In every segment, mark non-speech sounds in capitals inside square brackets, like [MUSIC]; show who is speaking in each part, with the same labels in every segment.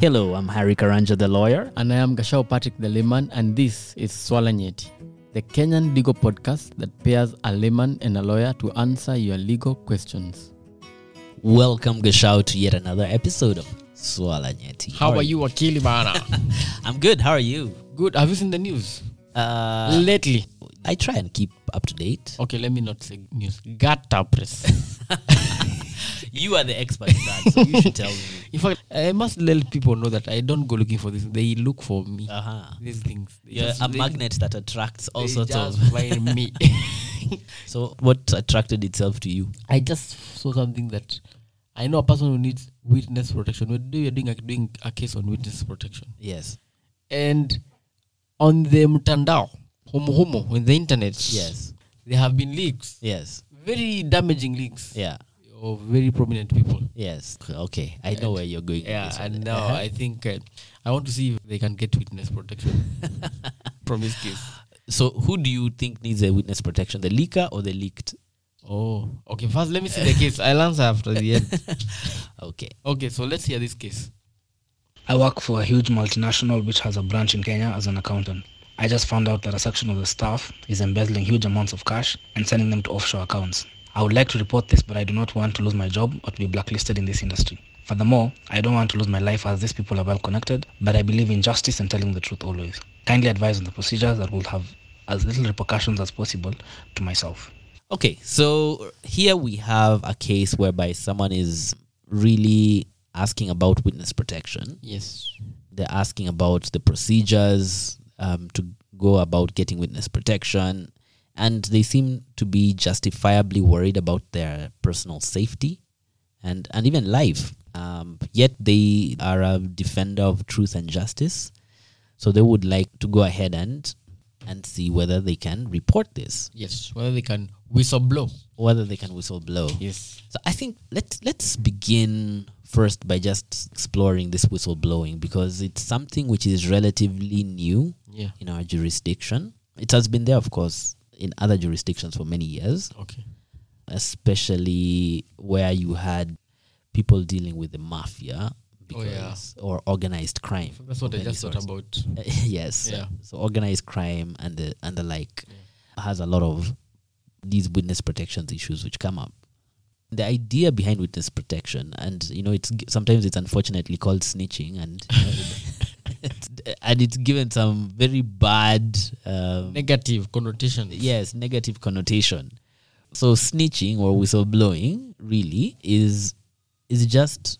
Speaker 1: Hello, I'm Harry Karanja, the lawyer.
Speaker 2: And I am Gashao Patrick the layman, and this is Swala Nyeti, the Kenyan legal podcast that pairs a layman and a lawyer to answer your legal questions.
Speaker 1: Welcome, Gashao, to yet another episode of Swala Nyeti.
Speaker 2: How, are you, Akili Bana?
Speaker 1: I'm good. How are you?
Speaker 2: [LAUGHS] Good. Have you seen the news
Speaker 1: Uh,
Speaker 2: lately?
Speaker 1: I try and keep up to date.
Speaker 2: Okay, let me not say news. Gata [LAUGHS] press.
Speaker 1: You are the expert in that, so you should tell me.
Speaker 2: In fact, I must let people know that I don't go looking for this. They look for me.
Speaker 1: Uh-huh.
Speaker 2: These things.
Speaker 1: [LAUGHS]
Speaker 2: They
Speaker 1: You're
Speaker 2: just-
Speaker 1: a
Speaker 2: they-
Speaker 1: magnet that attracts all
Speaker 2: they
Speaker 1: sorts
Speaker 2: just
Speaker 1: of.
Speaker 2: find me.
Speaker 1: [LAUGHS] So, what attracted itself to you?
Speaker 2: [LAUGHS] I just saw something that I know a person who needs witness protection. We're doing, doing, a, doing a case on witness protection.
Speaker 1: Yes.
Speaker 2: And on the mtandao, homo homo, on the internet,
Speaker 1: Yes.
Speaker 2: there have been leaks,
Speaker 1: Yes.
Speaker 2: very damaging leaks
Speaker 1: Yeah.
Speaker 2: of very prominent people.
Speaker 1: Yes. Okay. I know where you're going. with
Speaker 2: Yeah,
Speaker 1: this one.
Speaker 2: and now I think uh, I want to see if they can get witness protection [LAUGHS] from this case.
Speaker 1: So, who do you think needs a witness protection, the leaker or the leaked?
Speaker 2: Oh, okay. First, let me [LAUGHS] see the case. I'll answer after the end.
Speaker 1: Okay.
Speaker 2: [LAUGHS] Okay, so let's hear this case.
Speaker 3: I work for a huge multinational which has a branch in Kenya as an accountant. I just found out that a section of the staff is embezzling huge amounts of cash and sending them to offshore accounts. I would like to report this, but I do not want to lose my job or to be blacklisted in this industry. Furthermore, I don't want to lose my life as these people are well connected, but I believe in justice and telling the truth always. Kindly advise on the procedures that will have as little repercussions as possible to myself.
Speaker 1: Okay, so here we have a case whereby someone is really asking about witness protection.
Speaker 2: Yes.
Speaker 1: They're asking about the procedures um, to go about getting witness protection, and they seem to be justifiably worried about their personal safety and, and even life. Um, yet they are a defender of truth and justice, so they would like to go ahead and and see whether they can report this,
Speaker 2: Yes. Whether they can whistle blow.
Speaker 1: whether they can whistle blow.
Speaker 2: Yes.
Speaker 1: So I think let let's begin first by just exploring this whistleblowing because it's something which is relatively new
Speaker 2: Yeah.
Speaker 1: in our jurisdiction. It has been there, of course, in other jurisdictions for many years,
Speaker 2: Okay.
Speaker 1: especially where you had people dealing with the mafia
Speaker 2: Oh, yeah.
Speaker 1: because or organized crime.
Speaker 2: That's what
Speaker 1: of
Speaker 2: I
Speaker 1: any
Speaker 2: just thought
Speaker 1: sort.
Speaker 2: about.
Speaker 1: Uh, [LAUGHS] yes.
Speaker 2: Yeah.
Speaker 1: So organized crime and the and the like has a lot of these witness protections issues which come up. The idea behind witness protection, and you know, it's g- sometimes it's unfortunately called snitching, and you know, [LAUGHS] it's- and it's given some very bad, um,
Speaker 2: Negative connotation.
Speaker 1: yes, negative connotation. So snitching or whistleblowing really is is just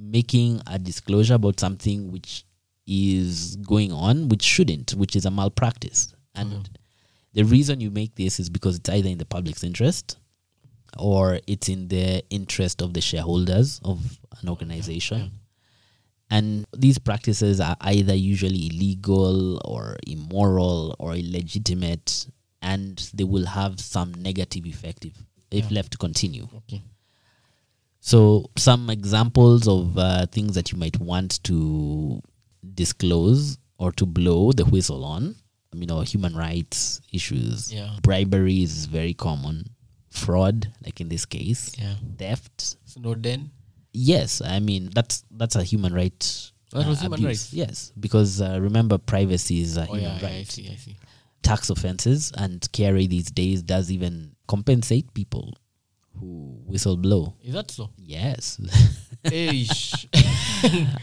Speaker 1: making a disclosure about something which is going on which shouldn't, which is a malpractice. And the reason you make this is because it's either in the public's interest or it's in the interest of the shareholders of an organization. And these practices are either usually illegal or immoral or illegitimate, and they will have some negative effect if, if left to continue.
Speaker 2: Okay.
Speaker 1: So, some examples of uh, things that you might want to disclose or to blow the whistle on, you know, human rights issues.
Speaker 2: Yeah.
Speaker 1: Bribery is very common, fraud, like in this case,
Speaker 2: Yeah.
Speaker 1: theft.
Speaker 2: Snowden.
Speaker 1: Yes, I mean that's that's a human right.
Speaker 2: That was human
Speaker 1: abuse. Yes, because uh, remember, privacy is a
Speaker 2: Oh
Speaker 1: human
Speaker 2: yeah, yeah, I
Speaker 1: right.
Speaker 2: see, I see.
Speaker 1: Tax offenses and KRA these days does even compensate people who whistleblow.
Speaker 2: Is that so?
Speaker 1: Yes, [LAUGHS]
Speaker 2: Eish.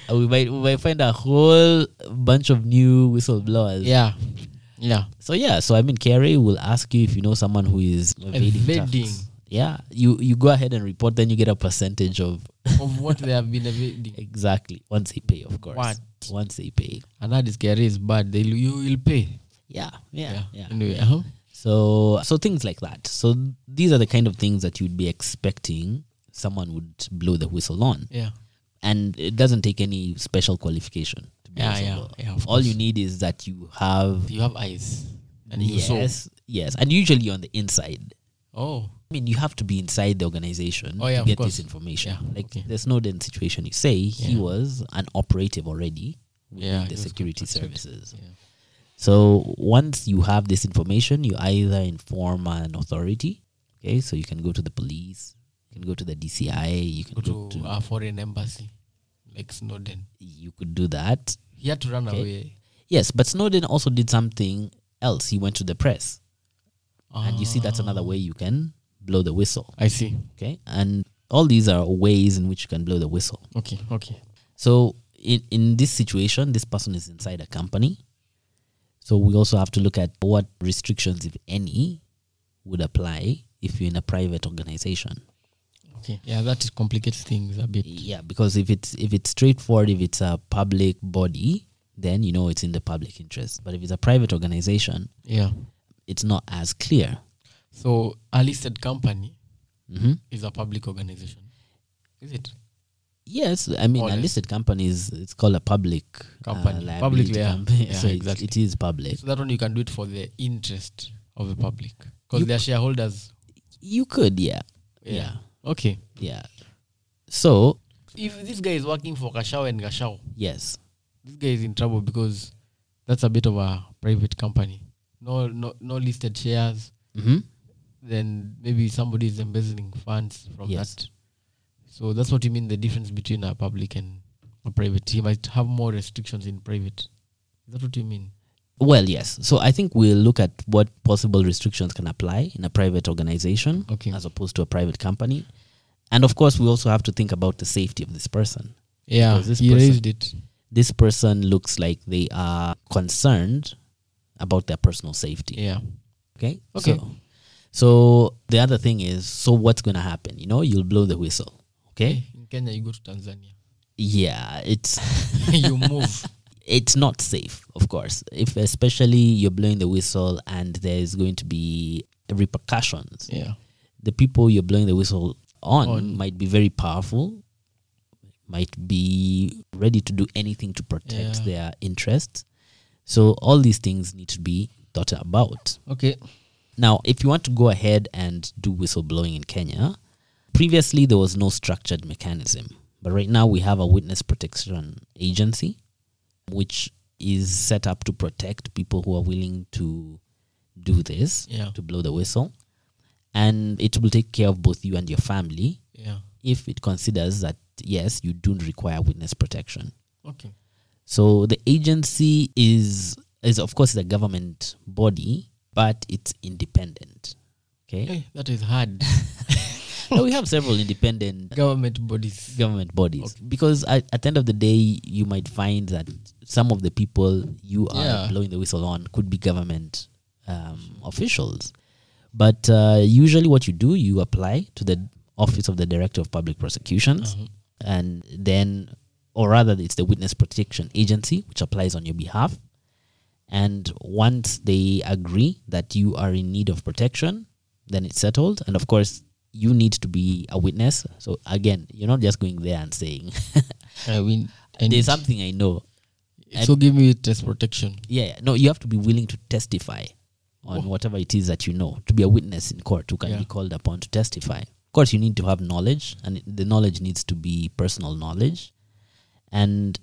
Speaker 1: we might we might find a whole bunch of new whistleblowers.
Speaker 2: [LAUGHS] yeah. Yeah.
Speaker 1: So yeah, so I mean, KRA will ask you if you know someone who is evading,
Speaker 2: Evading.
Speaker 1: tax. Yeah, you you go ahead and report, then you get a percentage of [LAUGHS]
Speaker 2: Of what they have been evading.
Speaker 1: exactly once they pay, of course.
Speaker 2: What?
Speaker 1: Once they pay.
Speaker 2: And that is scary is bad. They you will pay.
Speaker 1: Yeah, yeah, yeah.
Speaker 2: Anyway, uh-huh.
Speaker 1: So, so things like that. So these are the kind of things that you'd be expecting someone would blow the whistle on,
Speaker 2: Yeah.
Speaker 1: and it doesn't take any special qualification. To be a
Speaker 2: Yeah, yeah,
Speaker 1: whistleblower.
Speaker 2: yeah, of
Speaker 1: All you need is that you have
Speaker 2: You have eyes. And you
Speaker 1: yes,
Speaker 2: saw.
Speaker 1: yes, and usually on the inside.
Speaker 2: Oh.
Speaker 1: I mean, you have to be inside the organization
Speaker 2: Oh, yeah,
Speaker 1: to
Speaker 2: of
Speaker 1: get
Speaker 2: course.
Speaker 1: this information.
Speaker 2: Yeah,
Speaker 1: like
Speaker 2: okay.
Speaker 1: the Snowden situation, you say he
Speaker 2: Yeah.
Speaker 1: was an operative already within
Speaker 2: Yeah,
Speaker 1: the
Speaker 2: he was
Speaker 1: security
Speaker 2: contracted.
Speaker 1: services.
Speaker 2: Yeah.
Speaker 1: So once you have this information, you either inform an authority. Okay, so you can go to the police, you can go to the DCI, you can
Speaker 2: Go
Speaker 1: go, to,
Speaker 2: to a foreign embassy. Like Snowden.
Speaker 1: you you could do that.
Speaker 2: He had to run
Speaker 1: Okay.
Speaker 2: away.
Speaker 1: Yes, but Snowden also did something else. He went to the press. And you see, that's
Speaker 2: Ah.
Speaker 1: another way you can blow the whistle.
Speaker 2: I see.
Speaker 1: Okay. And all these are ways in which you can blow the whistle.
Speaker 2: Okay, okay.
Speaker 1: So in, in this situation, this person is inside a company. So we also have to look at what restrictions, if any, would apply if you're in a private organization.
Speaker 2: Okay. Yeah, that complicates things a bit.
Speaker 1: Yeah, because if it's if it's straightforward, if it's a public body, then you know it's in the public interest. But if it's a private organization,
Speaker 2: Yeah.
Speaker 1: it's not as clear.
Speaker 2: So a listed company
Speaker 1: hmm
Speaker 2: is a public organization. Is it?
Speaker 1: Yes, I mean
Speaker 2: Or
Speaker 1: a
Speaker 2: less.
Speaker 1: listed company is it's called a public uh,
Speaker 2: Company.
Speaker 1: liability
Speaker 2: Publicly, yeah.
Speaker 1: company. [LAUGHS]
Speaker 2: Yeah,
Speaker 1: so it's-
Speaker 2: exactly.
Speaker 1: it is public.
Speaker 2: So that one you can do it for the interest of the public.
Speaker 1: You
Speaker 2: Because their shareholders.
Speaker 1: You could, yeah, yeah,
Speaker 2: Yeah. Okay.
Speaker 1: yeah. So
Speaker 2: If this guy is working for Kashao and Gashao,
Speaker 1: yes,
Speaker 2: this guy is in trouble because that's a bit of a private company. No no no listed shares.
Speaker 1: hmm
Speaker 2: Then maybe somebody is embezzling funds from
Speaker 1: Yes.
Speaker 2: that. So that's what you mean the difference between a public and a private. He might have more restrictions in private. Is that what you mean?
Speaker 1: well, yes. So I think we'll look at what possible restrictions can apply in a private organization
Speaker 2: Okay.
Speaker 1: as opposed to a private company, and of course, we also have to think about the safety of this person.
Speaker 2: Yeah,
Speaker 1: Because this
Speaker 2: he
Speaker 1: person-
Speaker 2: raised it.
Speaker 1: This person looks like they are concerned about their personal safety.
Speaker 2: Yeah.
Speaker 1: Okay.
Speaker 2: Okay.
Speaker 1: So, so the other thing is, so what's gonna happen? You know, you'll blow the whistle. Okay.
Speaker 2: In Kenya, you go to Tanzania. [LAUGHS]
Speaker 1: Yeah, it's
Speaker 2: you
Speaker 1: [LAUGHS]
Speaker 2: move.
Speaker 1: it's not safe, of course. If especially you're blowing the whistle and there's going to be repercussions.
Speaker 2: Yeah.
Speaker 1: The people you're blowing the whistle on,
Speaker 2: On.
Speaker 1: might be very powerful, might be ready to do anything to protect
Speaker 2: Yeah.
Speaker 1: their interests. So all these things need to be thought about.
Speaker 2: Okay.
Speaker 1: Now, if you want to go ahead and do whistleblowing in Kenya, previously there was no structured mechanism. But right now we have a witness protection agency, which is set up to protect people who are willing to do this,
Speaker 2: Yeah.
Speaker 1: to blow the whistle. And it will take care of both you and your family
Speaker 2: Yeah.
Speaker 1: if it considers that, yes, you do require witness protection.
Speaker 2: Okay.
Speaker 1: So the agency is is of course a government body, but it's independent. Okay.
Speaker 2: Hey, that is hard. [LAUGHS]
Speaker 1: now we have several independent
Speaker 2: Government bodies.
Speaker 1: government bodies because at, at the end of the day, you might find that some of the people you are
Speaker 2: Yeah.
Speaker 1: blowing the whistle on could be government um, officials. But uh, usually, what you do, you apply to the Office of the Director of Public Prosecutions,
Speaker 2: Mhm.
Speaker 1: and then, or rather, it's the Witness Protection Agency, which applies on your behalf. And once they agree that you are in need of protection, then it's settled. And of course, you need to be a witness. So again, you're not just going there and saying, [LAUGHS]
Speaker 2: I mean, and
Speaker 1: "There's something I know."
Speaker 2: so give me test protection.
Speaker 1: Yeah, yeah. no, you have to be willing to testify on
Speaker 2: Oh.
Speaker 1: whatever it is that you know. To be a witness in court, who can be
Speaker 2: Yeah.
Speaker 1: called upon to testify. Of course, you need to have knowledge, and the knowledge needs to be personal knowledge, and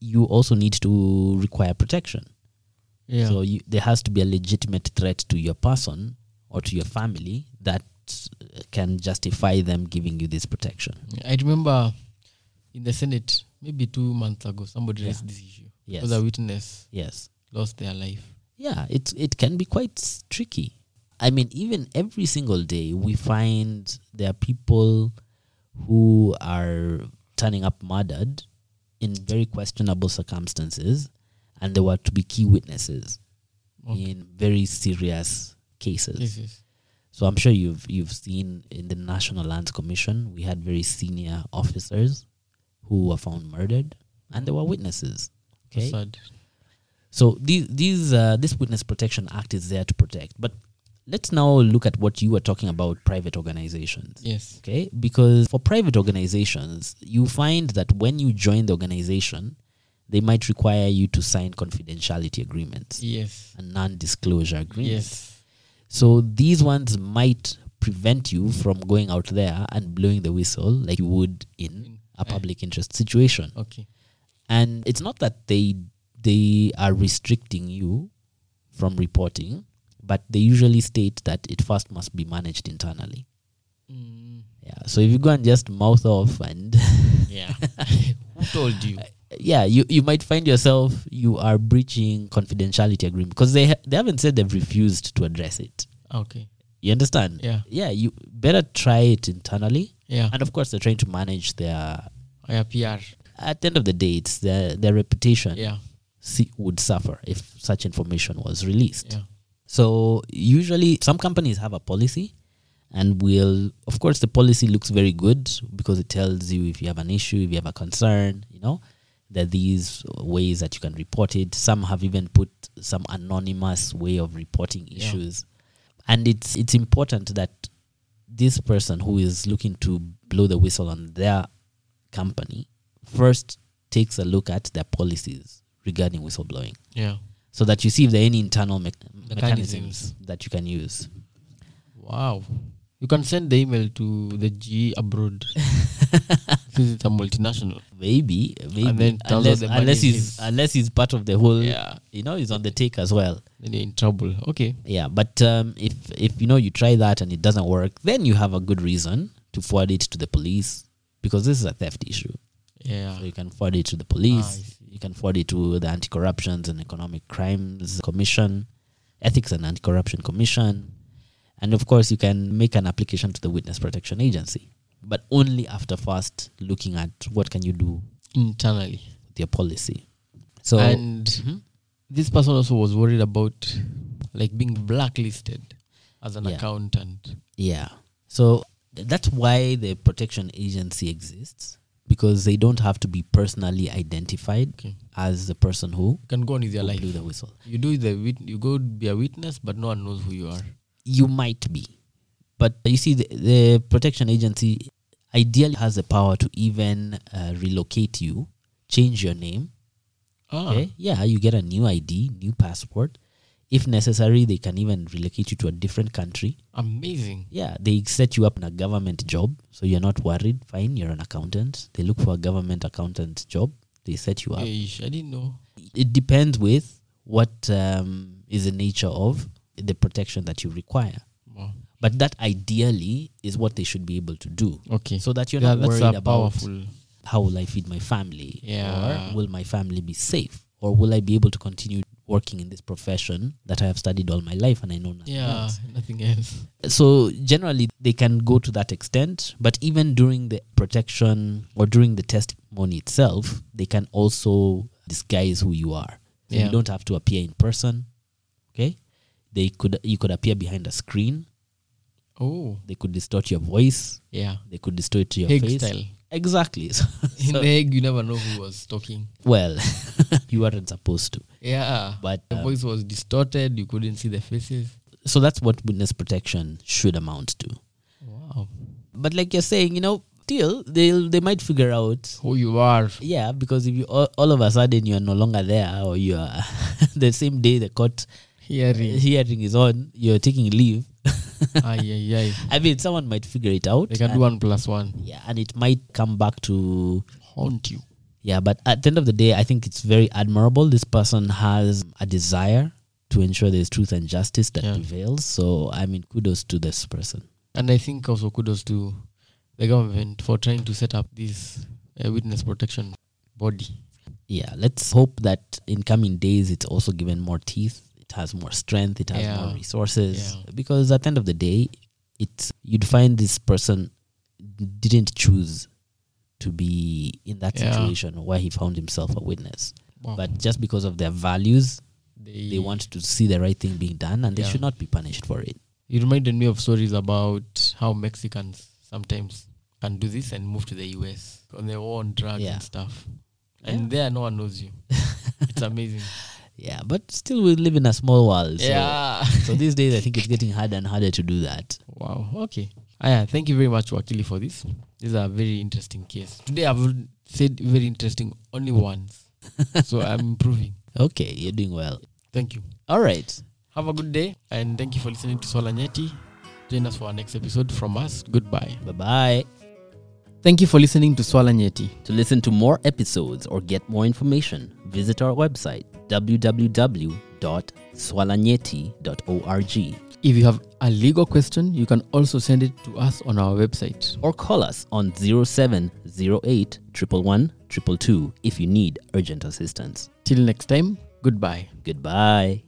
Speaker 1: you also need to require protection.
Speaker 2: Yeah.
Speaker 1: So you, there has to be a legitimate threat to your person or to your family that uh, can justify them giving you this protection.
Speaker 2: I remember in the Senate, maybe two months ago, somebody
Speaker 1: Yeah.
Speaker 2: raised this issue.
Speaker 1: Yes.
Speaker 2: Because a witness
Speaker 1: Yes.
Speaker 2: lost their life.
Speaker 1: Yeah, it it can be quite s- tricky. I mean, even every single day we find there are people who are turning up murdered in very questionable circumstances and they were to be key witnesses
Speaker 2: Okay.
Speaker 1: in very serious cases.
Speaker 2: Oh, Yes, yes.
Speaker 1: So I'm sure you've you've seen in the National Lands Commission we had very senior officers who were found murdered and they were witnesses.
Speaker 2: That's
Speaker 1: Okay.
Speaker 2: sad.
Speaker 1: So these these uh, this Witness Protection Act is there to protect. But let's now look at what you were talking about private organizations.
Speaker 2: Yes.
Speaker 1: Okay, because for private organizations, you find that when you join the organization, they might require you to sign confidentiality agreements
Speaker 2: Yes.
Speaker 1: and non-disclosure agreements.
Speaker 2: Yes.
Speaker 1: So these ones might prevent you from going out there and blowing the whistle like you would in a
Speaker 2: Eh.
Speaker 1: public interest situation
Speaker 2: Okay.
Speaker 1: and it's not that they they are restricting you from reporting but they usually state that it first must be managed internally
Speaker 2: Mm.
Speaker 1: yeah so if you go and [LAUGHS] just mouth off and
Speaker 2: Yeah. [LAUGHS] Who told you?
Speaker 1: yeah, you, you might find yourself you are breaching confidentiality agreement because they ha- they haven't said they've refused to address it.
Speaker 2: [LAUGHS] Okay.
Speaker 1: You understand?
Speaker 2: Yeah.
Speaker 1: Yeah, you better try it internally,
Speaker 2: Yeah.
Speaker 1: and of course they're trying to manage their.
Speaker 2: Yeah, PR.
Speaker 1: At the end of the day, it's their their reputation
Speaker 2: Yeah.
Speaker 1: se- would suffer if such information was released.
Speaker 2: Yeah.
Speaker 1: So usually some companies have a policy and will of course the policy looks very good because it tells you if you have an issue, if you have a concern, you know, there are these ways that you can report it. Some have even put some anonymous way of reporting
Speaker 2: Yeah.
Speaker 1: issues. And it's it's important that this person who is looking to blow the whistle on their company first takes a look at their policies regarding whistleblowing
Speaker 2: Yeah.
Speaker 1: so that you see if there are any internal mech mechanisms
Speaker 2: Mechanisms.
Speaker 1: that you can use.
Speaker 2: Wow. You can send the email to the G abroad since it's a multinational.
Speaker 1: Maybe, maybe
Speaker 2: And then tells
Speaker 1: unless,
Speaker 2: us the money
Speaker 1: unless
Speaker 2: is
Speaker 1: he's
Speaker 2: his.
Speaker 1: unless he's part of the whole,
Speaker 2: Yeah.
Speaker 1: you know, he's on the take as well.
Speaker 2: Then you're in trouble. Okay.
Speaker 1: Yeah, but um, if if you know you try that and it doesn't work, then you have a good reason to forward it to the police because this is a theft issue.
Speaker 2: Yeah.
Speaker 1: So Uh, you can forward it to the
Speaker 2: Ah, I
Speaker 1: police.
Speaker 2: see.
Speaker 1: you can forward it to the Anti-Corruptions and Economic Crimes Commission, Ethics and Anti-Corruption Commission, and of course you can make an application to the Witness Protection Agency, but only after first looking at what can you do
Speaker 2: Internally.
Speaker 1: with your policy. So
Speaker 2: and
Speaker 1: Mhm.
Speaker 2: this person also was worried about like being blacklisted as an
Speaker 1: Yeah.
Speaker 2: accountant.
Speaker 1: yeah, so that's why the Protection Agency exists because they don't have to be personally identified
Speaker 2: Okay.
Speaker 1: as the person who
Speaker 2: You can go on with your life.
Speaker 1: blew the whistle.
Speaker 2: You do the wit- you go be a witness, but no one knows who you are.
Speaker 1: you might be. But you see, the, the protection agency ideally has the power to even uh, relocate you, change your name.
Speaker 2: Ah,
Speaker 1: Okay? Yeah, you get a new ID, new passport. If necessary, they can even relocate you to a different country.
Speaker 2: amazing.
Speaker 1: Yeah, they set you up in a government job, so you're not worried. Fine, you're an accountant. They look for a government accountant job. They set you up.
Speaker 2: Eish, I didn't know.
Speaker 1: It depends with what um, is the nature of the protection that you require.
Speaker 2: Wow.
Speaker 1: But that ideally is what they should be able to do.
Speaker 2: Okay.
Speaker 1: So that you're
Speaker 2: Yeah,
Speaker 1: not
Speaker 2: that's
Speaker 1: worried
Speaker 2: a
Speaker 1: about
Speaker 2: powerful.
Speaker 1: how will I feed my family?
Speaker 2: Yeah.
Speaker 1: Or will my family be safe? Or will I be able to continue working in this profession that I have studied all my life and I know nothing
Speaker 2: Yeah,
Speaker 1: else?
Speaker 2: nothing else.
Speaker 1: So generally they can go to that extent, but even during the protection or during the testimony itself, they can also disguise who you are. So
Speaker 2: Yeah.
Speaker 1: you don't have to appear in person. Okay? They could you could appear behind a screen,
Speaker 2: Oh,
Speaker 1: they could distort your voice.
Speaker 2: yeah.
Speaker 1: they could distort your
Speaker 2: Egg
Speaker 1: face.
Speaker 2: style.
Speaker 1: Exactly. [LAUGHS] So,
Speaker 2: In [LAUGHS]
Speaker 1: so-
Speaker 2: the egg, you never know who was talking.
Speaker 1: well, [LAUGHS] you weren't supposed to.
Speaker 2: Yeah.
Speaker 1: But
Speaker 2: the
Speaker 1: um,
Speaker 2: voice was distorted. You couldn't see the faces.
Speaker 1: so that's what witness protection should amount to.
Speaker 2: Wow.
Speaker 1: But like you're saying, you know, still they will they might figure out.
Speaker 2: Who you are.
Speaker 1: Yeah, because if you all, all of a sudden you are no longer there, or you are [LAUGHS] the same day the court
Speaker 2: Hearing. [LAUGHS]
Speaker 1: hearing is on, you're taking leave. [LAUGHS]
Speaker 2: ay, ay, ay.
Speaker 1: I mean, someone might figure it out.
Speaker 2: They can do
Speaker 1: and,
Speaker 2: one plus one.
Speaker 1: yeah, and it might come back to
Speaker 2: Haunt you.
Speaker 1: Yeah, but at the end of the day, I think it's very admirable. This person has a desire to ensure there's truth and justice that
Speaker 2: Yeah.
Speaker 1: prevails. So, I mean, kudos to this person.
Speaker 2: And I think also kudos to the government for trying to set up this uh, witness protection body.
Speaker 1: Yeah, let's hope that in coming days, it's also given more teeth. It has more strength. It has
Speaker 2: Yeah.
Speaker 1: more resources.
Speaker 2: Yeah.
Speaker 1: Because at the end of the day, it's you'd find this person didn't choose to be in that
Speaker 2: Yeah. Mm-hmm.
Speaker 1: situation where he found himself a witness,
Speaker 2: Wow.
Speaker 1: but just because of their values,
Speaker 2: they,
Speaker 1: they want to see the right thing being done, and they
Speaker 2: Yeah.
Speaker 1: should not be punished for it.
Speaker 2: It reminded me of stories about how Mexicans sometimes can do this and move to the US on their own drugs
Speaker 1: Yeah.
Speaker 2: and stuff. And there, no one [LAUGHS] knows you. it's amazing.
Speaker 1: Yeah, but still, we live in a small world. So,
Speaker 2: yeah.
Speaker 1: so these days, I think it's getting harder and harder to do that.
Speaker 2: Wow. Okay. Aya, thank you very much, Wakili, for this. This is a very interesting case. Today I've said very interesting only [LAUGHS] once. so I'm improving.
Speaker 1: Okay, you're doing well.
Speaker 2: Thank you.
Speaker 1: All right.
Speaker 2: Have a good day and thank you for listening to Solar Nyeti. Join us for our next episode from us. Goodbye.
Speaker 1: Bye bye.
Speaker 2: Thank you for listening to Swala Nyeti.
Speaker 1: To listen to more episodes or get more information, visit our website www.swalanyeti.org
Speaker 2: If you have a legal question, you can also send it to us on our website.
Speaker 1: or call us on 0708 111
Speaker 2: 222 if you need urgent assistance.
Speaker 1: Till next time, goodbye.
Speaker 2: Goodbye.